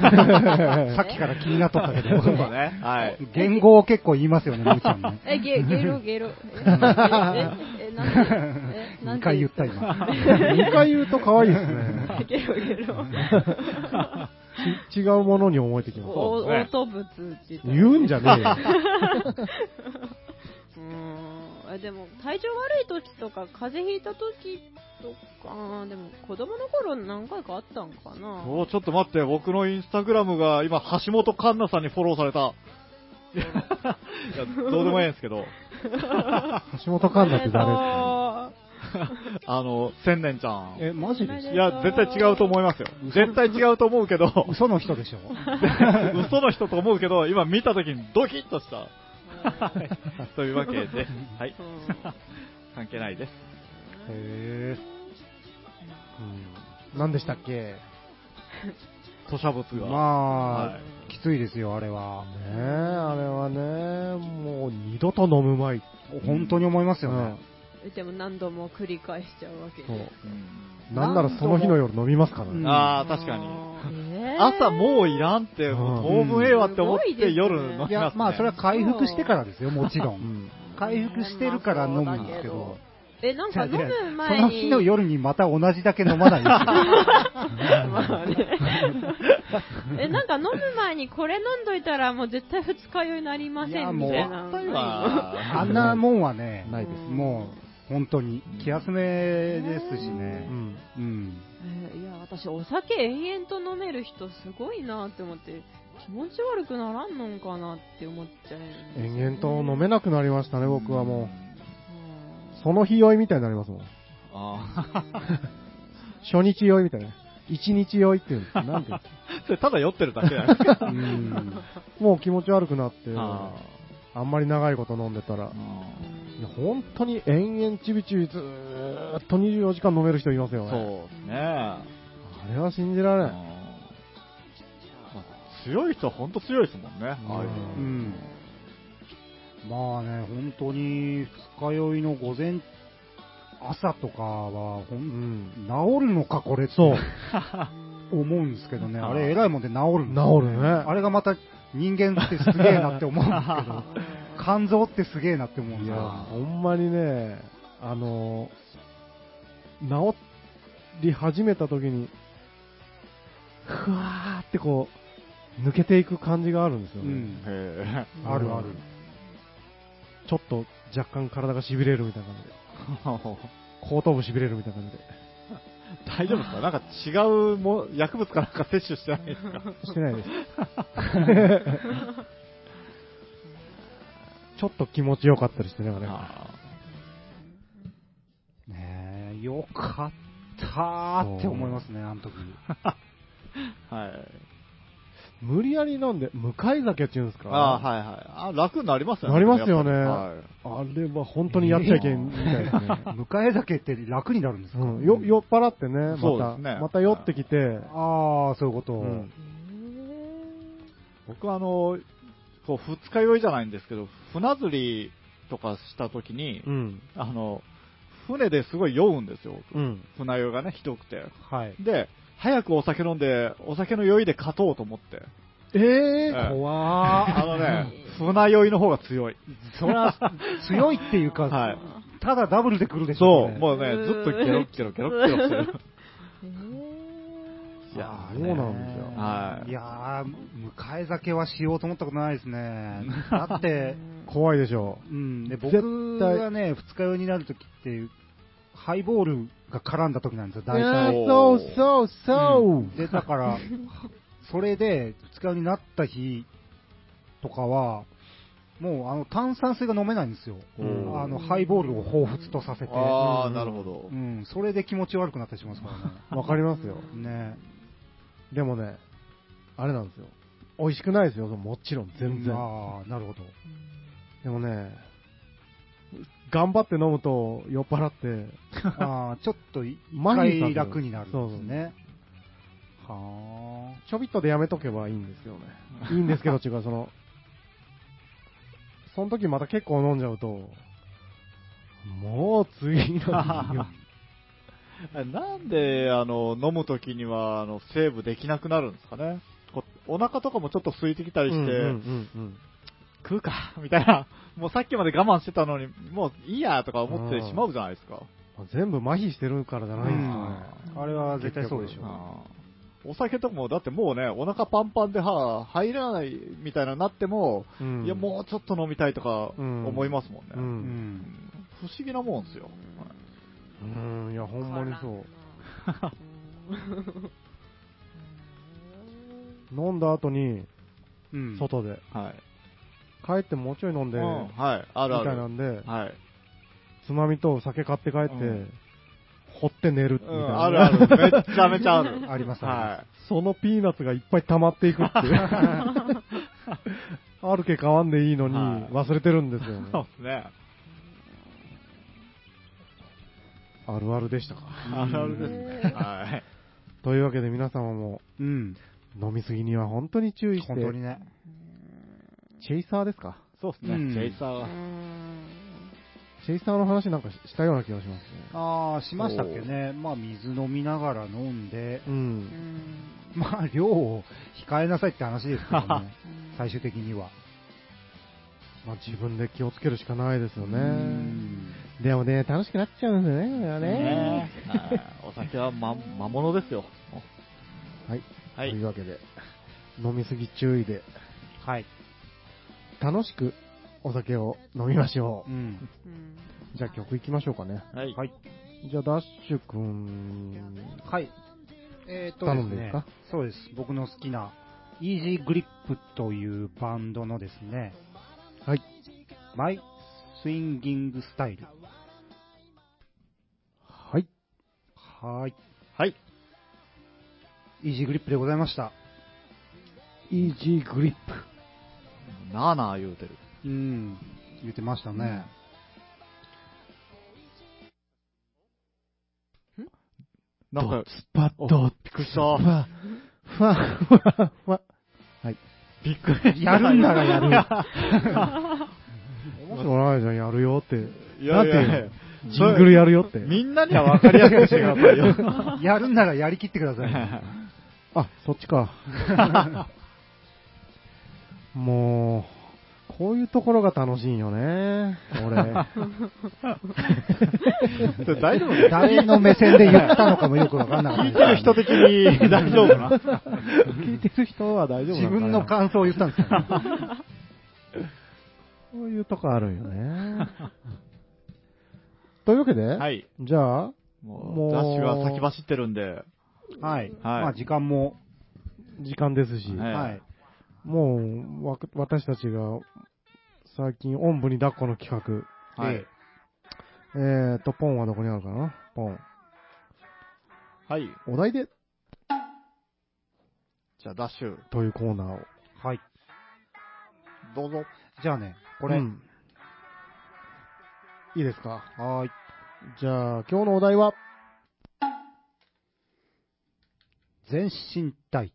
まあ。さっきから気になっとったけどそう、だね。 [laughs] はい。 [laughs] 言語を結構言いますよね、むーちゃんねえ、ゲ、ゲロ、ゲロ。え、え、え、えなんでえ、な2んで回言った、今。 ?2 回言うと可愛いですね。ゲロ、ゲロ。ち違うものに思えてきます。お、そうですね嘔吐物って言った。言うんじゃねえよ。うーんあでも体調悪い時とか風邪ひいた時とかあーでも子供の頃何回かあったんかなおちょっと待って、僕のインスタグラムが今、橋本環奈さんにフォローされ [laughs] た。いや、どうでもいいんですけど、橋本環奈って誰ですかあの、千年ちゃん。え、マジでいや、絶対違うと思いますよ。絶対違うと思うけど、 [laughs] 嘘の人でしょ嘘の人と思うけど、今見たときにドキッとした。というわけで、はい。関係ないです。へぇ。何でしたっけ土砂物が。まはあい、きついですよ、あれは。ねえ、あれはね、もう二度と飲むまい。本当に思いますようんね。うんでも何度も繰り返しちゃうわけでそうなんならその日の夜飲みますからうねん。ああ、確かに。に朝もういらんって、もう当分ええわって思っすごいですてね夜飲みます、ね。いや、まあ、それは回復してからですよ、もちろ。うんん回復してるから飲むんですけど。えなんか飲むそ前のに日の夜にまた同じだけ飲まないですよ [laughs] まあねえなんか飲む前にこれ飲んどいたらもう絶対二日酔いになりませいやんもうみたいな絶対はあんなもんはね、ないですもう、本当に、気休めですしうね。ん。うん。えーいや私お酒延々と飲める人すごいなって思って気持ち悪くならんのんかなって思っちゃうんですよね延々と飲めなくなりましたね、僕はもうんう。その日酔いみたいになりますもん。あ初日酔いみたいな。一日酔いっていうんですかなんていうんですかあ。 [laughs] それただ酔ってるだけじゃないですか。うんもう気持ち悪くなって、ああんまり長いこと飲んでたらー。あいや本当に延々ちびちびずーっと24時間飲める人いますよーね。そうですね。あれは信じられあーない。まあ強い人は本当強いですもんね。うんああいううんまあね、本当に、二日酔いの午前、朝とかは、ほ、うんん。治るのか、これってそう。思うんですけどね。あーあれ、偉いもんで治るんです治るね。あれがまた、人間ってすげえなって思うんですけ [laughs] ど、肝臓ってすげえなって思うんいですや、よ。ほんまにね、あの、治り始めた時に、ふわーってこう、抜けていく感じがあるんですようね。ん。へあるある。ちょっと若干体が痺れるみたいな感じで。え。後頭部痺れるみたいな感じで。大丈 [laughs] 夫ですかなんか違うも薬物かなんか摂取してないですかしてないです。ちょっと気持ちよかったりしてね、あれ。あねえ、よかったーって思いますね、あの時。ーはい。無理やり飲んで、向かい酒っていうんですかああ、はいはい。あ楽になりますよね。なりますよね。やっぱりはいあれは本当にやっちゃいけんみたいですね。迎え酒って楽になるんですか、うん、よ酔っ払ってね、まそうでた、すねまた酔ってきて、ああ、そういうこと。うん僕はあの、こう、二日酔いじゃないんですけど、船釣りとかした時に、うん、あの、船ですごい酔うんですよ。うん、船酔いがね、ひどくて。はい。で、早くお酒飲んで、お酒の酔いで勝とうと思って。ええええ [laughs] 怖ーあのね、船酔いの方が強い。それは強いっていうか、はいただダブルで来るでしょ、そうう、ね。もうね、ずっとケロッケロケロッケロしてる。いやーそうなんですよはい。いやー、迎え酒はしようと思ったことないです [laughs] ね。だって、怖いでしょうん、で絶対僕がね、二日酔いになるときって、ハイボールが絡んだときなんですよ、う。大や体。ーそうそうそう。で、だから、それで二日酔いになった日とかは、もうあの炭酸水が飲めないんですよ。おーあのハイボールを彷彿とさせて。ああ、なるほどう。ん、それで気持ち悪くなったりしますからわかりますよ。ね。ねでもね、あれなんですよ。美味しくないですよ、もちろん、全然。ああ、なるほど。でもね、頑張って飲むと酔っ払って、ああ、ちょっと一麻痺させ回る楽になるんそうでそうすね。はちょびっとでやめとけばいいんですけど [laughs] ね。いいんですけど、っていうか、その、その時また結構飲んじゃうと、もう次の日 [laughs] よなんで、あの、飲むときには、あの、セーブできなくなるんですかね。こうお腹とかもちょっと空いてきたりして、うんうんうんうん食うか、 [laughs] みたいな。もうさっきまで我慢してたのに、もういいや、とか思ってしまうじゃないですか。まあ全部麻痺してるからじゃあ。ないんですうんあれは絶対そうでしょう。あーお酒とかも、だってもうね、お腹パンパンで歯入らないみたいななっても、かね。いや、もうちょっと飲みたいとかうん思いますもんね。うん。う。うんん不思議なもんですよ。はいうん、いや、ほんまに [laughs] そう。飲んだ後に、うん。外で、はい。帰ってもうちょい飲んで、うんみはい。あるあたいなる。んで、はい。つまみと酒買って帰って、うん掘って寝るみたいうな、ん、あるある。めっちゃめち [laughs] ゃある。ありますあはそのピーナッツがいっぱい溜まっていくって [laughs] いう。あるけ買わんでいいのに、はい忘れてるんですいよ。そね。うですね。あるあるでしたか。あるあるですね。はい。というわけで皆様も、うん。飲みすぎには本当に注意して、本当にね。チェイサーですかそうですね。うんチェイサーは。チェイサーの話なんかししたような気がしますね。ああ、しましたっけね。まあ、水飲みながら飲んで [laughs] う、ん。まあ、量を控えなさいって話ですけど [laughs] ね。最終的には。まあ自分で気をつけるしかないですようね。んでもね、楽しくなっちゃうんですよね、これはね。はいお酒はま魔物ですよ。はい。はいというわけで、飲みすぎ注意で、はい。楽しくお酒を飲みましょうう。ん。じゃあ曲いきましょうかね。はい。はい。じゃあ、ダッシュくん、はい。えっ、と頼でんですいいですねか、そうです。僕の好きな、イージーグリップというバンドのですね、はい。マイスインギングスタイル。はい。はーい。はい。イージーグリップでございました。イージーグリップ。なあなあ言うてる。うん。言ってましたね。なんか、スパッド、びっくりしふた。わ、ふわ、ふわ、ふわ。びっくりした。やるんならやる。面白ないじゃん、やるよって。いやいやいやだってジングルやるよって。みんなには分かりやすくしてくださ [laughs] いよ。 [laughs] やるんならやりきってください。あ、そっちか。もう、こういうところが楽しいんよね。俺。それ大丈夫ですか誰の目線で言ったのかもよくわかんなか聞いってるた。人的 [laughs] に大丈夫かな聞いてる人は大丈夫なん自かな分の感想を言ったんですよ、ね。こういうとこあるんよ [laughs] ね。というわけで、はい。じゃあ、ももうう、ダッシュが先走ってるんで。 [laughs] はい。はいまあ時間も、時間ですし、はいはい。もうわ私たちが最近、おんぶに抱っこの企画、はい。えーと、ポンはどこにあるかなポン。はい。お題でじゃあ、ダッシュ、というコーナーを。はい。どうぞ。じゃあね、ここれ。いいですかはーい。じゃあ、今日のお題は、全身タイ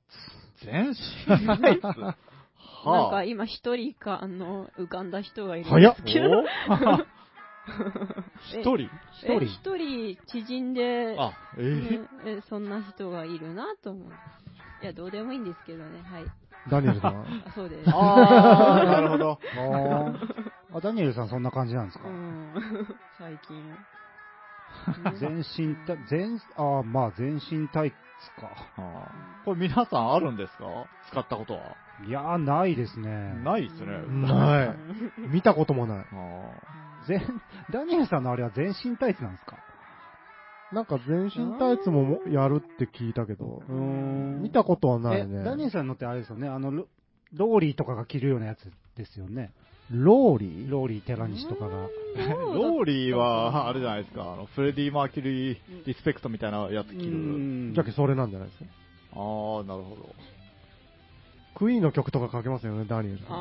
全身タイツはなんかあ。今一人か、あの、浮かんだ人がいる。早っけど一人え一人縮んで、あ、えねー、えそんな人がいるなと思う。いや、どうでもいいんですけどね。はい。ダニエルさ [laughs] ん。あ、そうです。あー、なるほど。ツ。あーあ、ダニエルさんそんな感じなんですかう、ん。 [laughs] 最近。全身タ全、あーまあ全身タイツか。あーこれ皆さんあるんですか使ったことは。いやー、ないですね。ないですね。ない。見たこともない。あ全、ダニエルさんのあれは全身タイツなんですかなんか全身タイツもやるって聞いたけど、ん見たことはなえいね。ダニエルさんのってあれですよね、あの、ロローリーとかが着るようなやつですよね。ローリーローリー、寺西とかが。ーローリーは、あれじゃないですか、あのフレディ・マーキュリー・リスペクトみたいなやつ着る。んじゃあそれなんじゃないですか。あー、なるほど。クイーンの曲とか書けますよね、ダニエルさん。 [laughs] [laughs]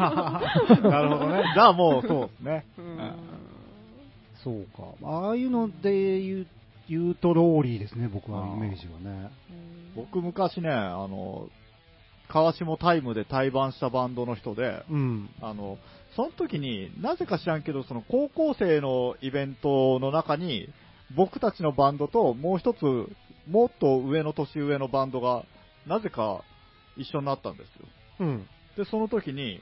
あなるほどね。じゃあもう、そうですね。あ。うん。そうか。ああいうので言う言うとローリーですね、僕はイメージはね。僕昔ね、あの、川下タイムで対バンしたバンドの人で、うん。あの、その時に、なぜか知らんけど、その高校生のイベントの中に、僕たちのバンドともう一つ、もっと上の年上のバンドが、なぜか一緒になったんですよ。うん。で、その時に、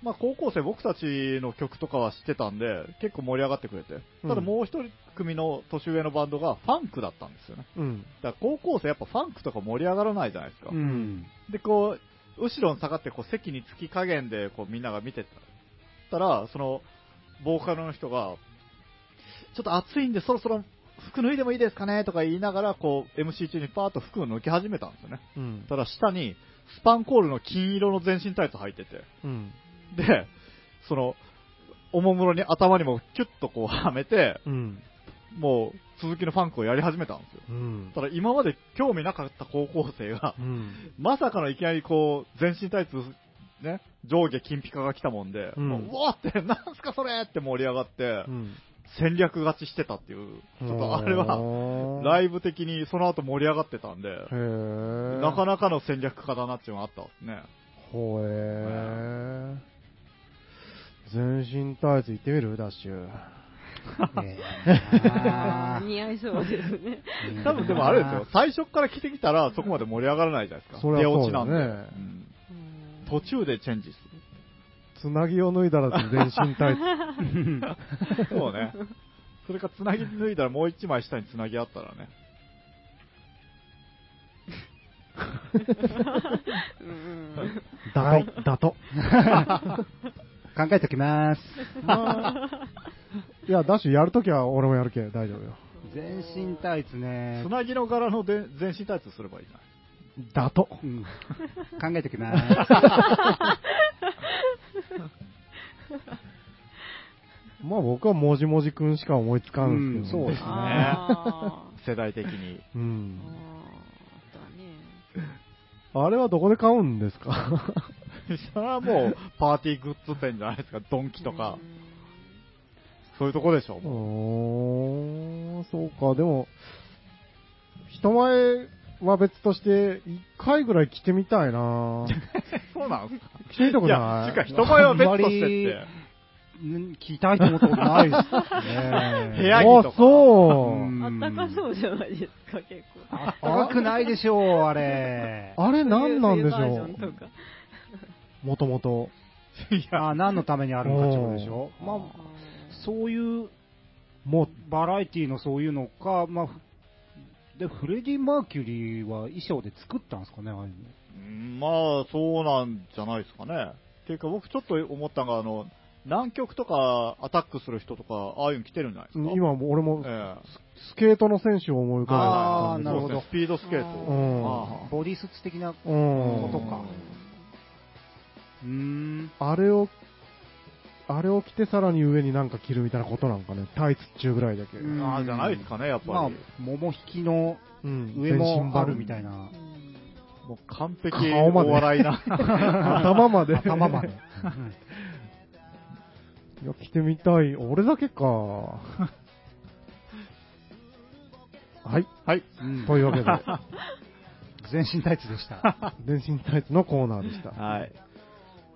まあ、高校生僕たちの曲とかは知ってたんで、結構盛り上がってくれて、ただもう一人組の年上のバンドがファンクだったんですよね。うん。だから高校生やっぱファンクとか盛り上がらないじゃないですか。ん。で、こう、後ろに下がってこう席につき加減でこうみんなが見てたら、その、ボーカルの人が、ちょっと暑いんでそろそろ服脱いでもいいですかねとか言いながら、こう MC 中にパーッと服を抜き始めたんですよね。うん。ただ下にスパンコールの金色の全身タイツ履いてて、うん。で、その、おもむろに頭にもキュッとこうはめて、うん。もう続きのファンクをやり始めたんですよ。うん。ただ今まで興味なかった高校生が、うん。まさかのいきなりこう、全身タイツ、ね、上下金ピカが来たもんで、うんもううわーって、なんすかそれって盛り上がって、うん。戦略勝ちしてたっていう、ちょっとあれは、はライイブ的にその後盛り上がってたんで、へー。なかなかの戦略家だなっていうのがあったんですね。ほえー。全身タイツ行ってみるダッシュ。えあーー似合いそうですね。多分でもあれですよ、。最初から着てきたらそこまで盛り上がらないじゃないですか。そりゃ出そうだね落ちなんで、うんうん途中でチェンジすつなぎを脱いだら全身タイツ。る。そうね。それか、つなぎ脱いだらもう一枚下につなぎあったらね。うんだと、だと。考えときます。いや、ダッシュやるときは俺もやるけ。大丈夫よ。全身タイツねつ。なぎの柄ので全身タイツすればいいじゃない。だと。うん考えときます。まあ僕はもじもじくんしか思いつかんですけど、うんそうですあー世代的に。うあーん。だね。あれはどこで買うんですか [laughs] それはもう、パーティーグッズ店じゃないですか、ドンキとかう、んそういうとこでしょ、うもーん、そうか。でも、人前は別として、一回ぐらい着てみたいなう。 [laughs] そうなんすか着てみたいくや、なついうか人前はベッドしてあんまっうん聞いたいと思ったことないですね。部屋着とあ、かそう。うんあったかそうじゃないですか、結構。あったかくないでしょう、あれ。あれ何なんでし冬バージョンょとかうもともと。て。いや、あ何のためにあるのかってことでしょ。まあ、そういう、もう、バラエティのそういうのか、まあ、ふで、フレディ・マーキュリーは衣装で作ったんですかね、ああいうのうんまあ、そうなんじゃないですかね。っていうか、僕ちょっと思ったのが、あの、南極とかアタックする人とか、ああいうの着てるんじゃないですか。今俺もええスケートの選手を思い浮かあーべなるほどそうですねスピードスケート。うんあボディスーツ的なこど。うん。とか。うーん。あれを、あれを着てさらに上になんか着るみたいなことなんかね。タイツ中ぐらいだけ。ううんん。あああじゃないですかね、やっぱり。まあ、桃引きの上全も身バあルるみたいな。うんもう完璧顔までお笑い [laughs] な。頭まで。頭まで。いや、着てみたい。俺だけか。はい。はい。うんというわけで、全身タイツでした。全身タイツのコーナーでした。はい。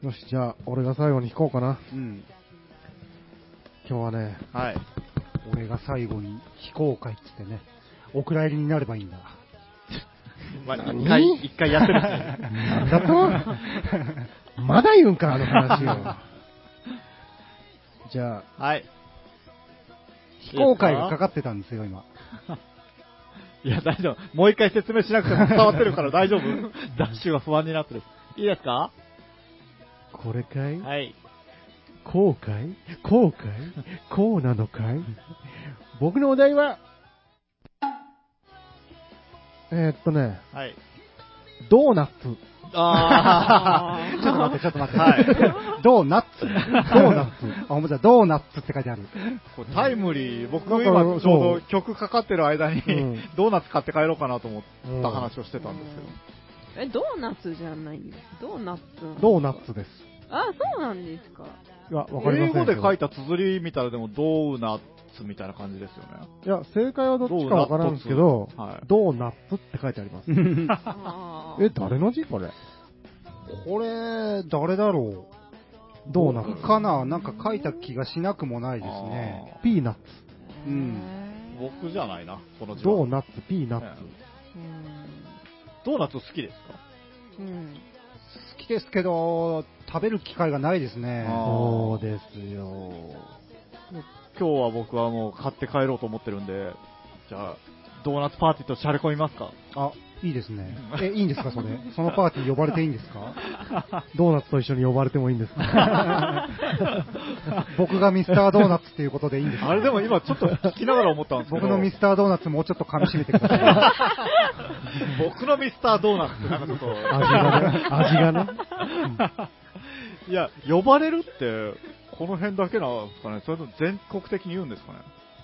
よし、じゃあ、俺が最後に [laughs] 弾こうかな。うん。今日はね、はい。俺が最後に非公開っつってね、お蔵入りになればいいんだ。まあ、何一回、一回やって [laughs] るんですね。なんだとまだ言うんか、あの話を。じゃあ、はい。非公開がかかってたんですよ、今。いや、大丈夫。もう一回説明しなくても伝わってるから大丈夫。ダッシュが不安になってる。いいですかこれかいはい。こうかいこうかいこうなのかい [laughs] 僕のお題は、えー、っとね、はい。ドーナツ。あ [laughs] ちょっと待って、ちょっと待って。はいドーナッツ。ドーナッツ。あ、ほんとだ、ドーナッツって書いてある。ーこれタイムリー。僕なん今かちょうそうど曲かかってる間に、んドーナツ買って帰ろうかなと思った話をしてたんですけど。え、ドーナツじゃないんです。ドーナツ。ドーナッツです。あ、そうなんですか。いや、わかりません英けど語で書いた綴り見たらでもドーナツみたいな感じですよね。いや、正解はどっちかわからんですけど、ドーナッツって書いてあります。あーえ、誰の字これ。これ、誰だろう。ドーナツ。かななんか書いた気がしなくもないですね。ピーナッツ。うん。あー僕じゃないな、この字はドーナッツ、ピーナッツ。ドーナツ好きですかうん。好きですけど、食べる機会がないですね。あーそうですよ。今日は僕はもう買って帰ろうと思ってるんで、じゃあ、ドーナツパーティーとしゃれ込みますかあ、いいですね。え、いいんですか、それ。そのパーティー呼ばれていいんですか [laughs] ドーナツと一緒に呼ばれてもいいんです [laughs] か僕がミスタードーナツっていうことでいいんですか [laughs] あれでも今ちょっと聞きながら思ったんですけど、僕のミスタードーナツもうちょっと噛み締めてくだ [laughs] さい。僕のミスタードーナツってなんか [laughs] ちょっ味がね、味がね。と、いや、呼ばれるって、この辺だけなんですかねそれとも全国的に言うんですかね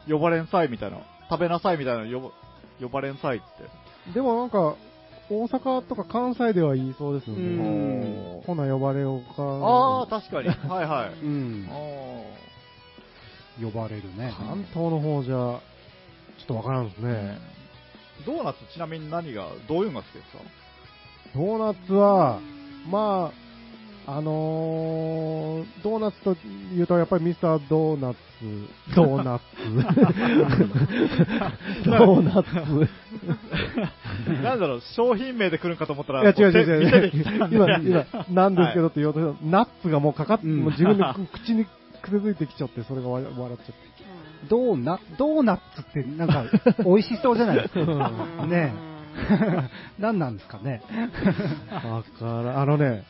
呼ばれんさいみたいな、食べなさいみたいなの呼ば呼ばれんさいって。 [laughs] でもなんか、大阪とか関西では言いそうですようね。んほな呼ばれようか。ああ、確かに。はいはい。うん。あ呼ばれるね。関東の方じゃ、ちょっとわからんですね。ードーナツちなみに何が、どういうのが好きですかドーナツは、まあ、あのー、ドーナツと言うとやっぱりミスタードーナツ、ドーナツ、ドーナツ。 [laughs] なんだろう、商品名で来るんかと思ったら、いや違う違うこ手違店で来たう。んで今、今、なんですけどっはて言おうとしたらナッツがもうかかって、うんもう自分で口にくっついてきちゃって、それが笑笑っちゃって。 [laughs] ドーナ、ドーナツってなんか美味しそうじゃないですか。うんね [laughs] え。何なんですかね。だから、あのね、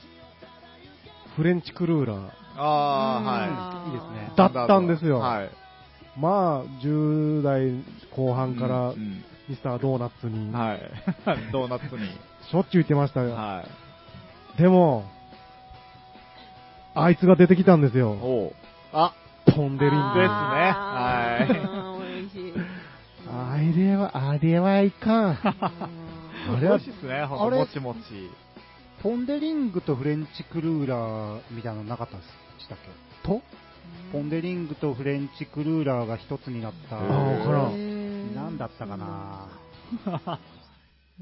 フレンチクルーラー。 [laughs] あうんいいですねだったんですよ。あ、はい。はい。まあ、10代後半からう、んミスタードーナツに、はい。 [laughs] ドーナツに。しょっちゅう行ってましたよ。はでも、あいつが出てきたんですい。よ。おうあ、飛んでるんですねで。あーは美味しい。あれは、あれはいかん。[laughs] あれ美は味しいっすね、ほんあとれもちもち。ポンデリングとフレンチクルーラーみたいなのなかったでしたっけとポンデリングとフレンチクルーラーが一つになった。ああ、わからん。な何だったかな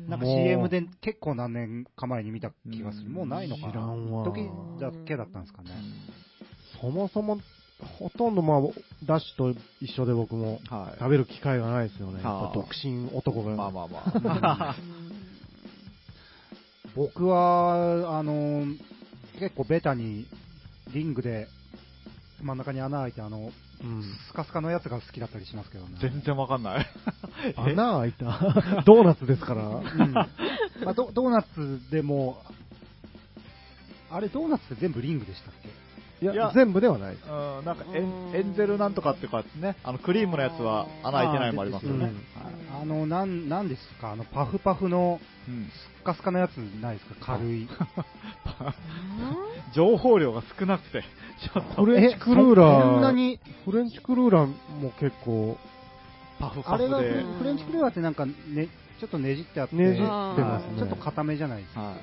なんかもう CM で結構何年か前に見た気がする。もうないのかな知らんわ時だけだったんですかね。そもそも、ほとんどまあ、ダッシュと一緒で僕も、はい。食べる機会がないですよね。はあやっぱ独身男が。まあまあ [laughs] ま僕は、あの、結構ベタにリングで真ん中に穴開いて、あの、うんスカスカのやつが好きだったりしますけどねあ。。全然わかんない。穴開いた。 [laughs] ドーナツですから。うんまあ、ドドーナツでも、あれ、ドーナツって全部リングでしたっけいや、いや全部ではない。うん、なんかエン、エンゼルなんとかっていうかね、あの、クリームのやつは穴開いてないのもありますよねあー出。あの、なん、なんですか、あの、パフパフのうんスッカスカのやつないですか、軽い。 [laughs] 情報量が少なくて、ちょっと。フレンチクルーラーえそそんなに、フレンチクルーランも結構、パフパあフれで。がフレンチクルーラーってなんか、ね、ちょっとねじってあって、ねじってますねちょっと固めじゃないですか。は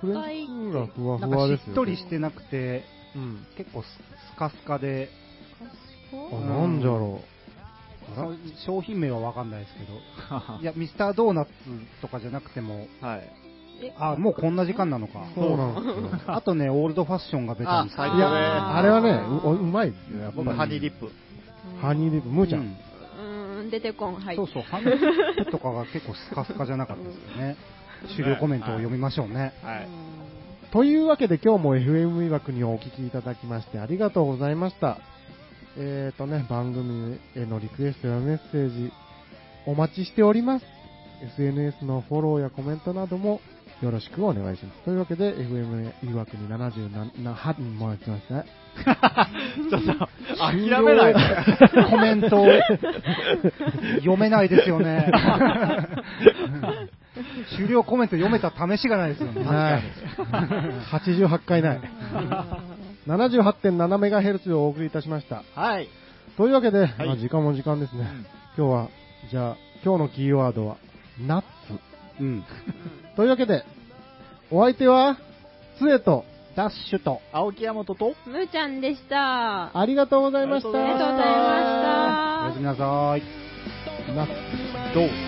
フレンチクーラーふわなんふわかですよ、ね。しっとりしてなくて、うん。結構ススカスカで、あ、なんじゃろあらそう商品名はわかんないですけど、いい。や、ミスタードーナツとかじゃなくても、 [laughs] はい。あ、もうこんな時間なのかう。。そうなんですよ。 [laughs] あとね、オールドファッションがベタです。最あー高いね。や、あれはね、ううまいですよ、やっぱり。ハニーリップ。ハニーリップ、ムーちゃ。うんうーん、出てこん、はい。そうそう、ハンドップとかが結構スカスカじゃなかったですよね。終了コメントを読みましょうね。はうい。んというわけで今日も FM いわくにお聞きいただきましてありがとうございました。えーとね、番組へのリクエストやメッセージお待ちしております。SNS のフォローやコメントなどもよろしくお願いします。というわけで FM いわくに77、もうやってましたね。ちょっと、諦めないで。コメントを読めないですよね。終了コメント読めた試しがないですよね。はい。88回ない。78.7メガヘルツをお送りいたしました。はい。というわけで、いまあ時間も時間ですね。今日は、じゃあ、今日のキーワードは、ナッツ。うん。というわけで、お相手は、杖と、ダッシュと、青木山本と、むーちゃんでした。ありがとうございました。ありがとうございましたおやすみナッなさい。ツどう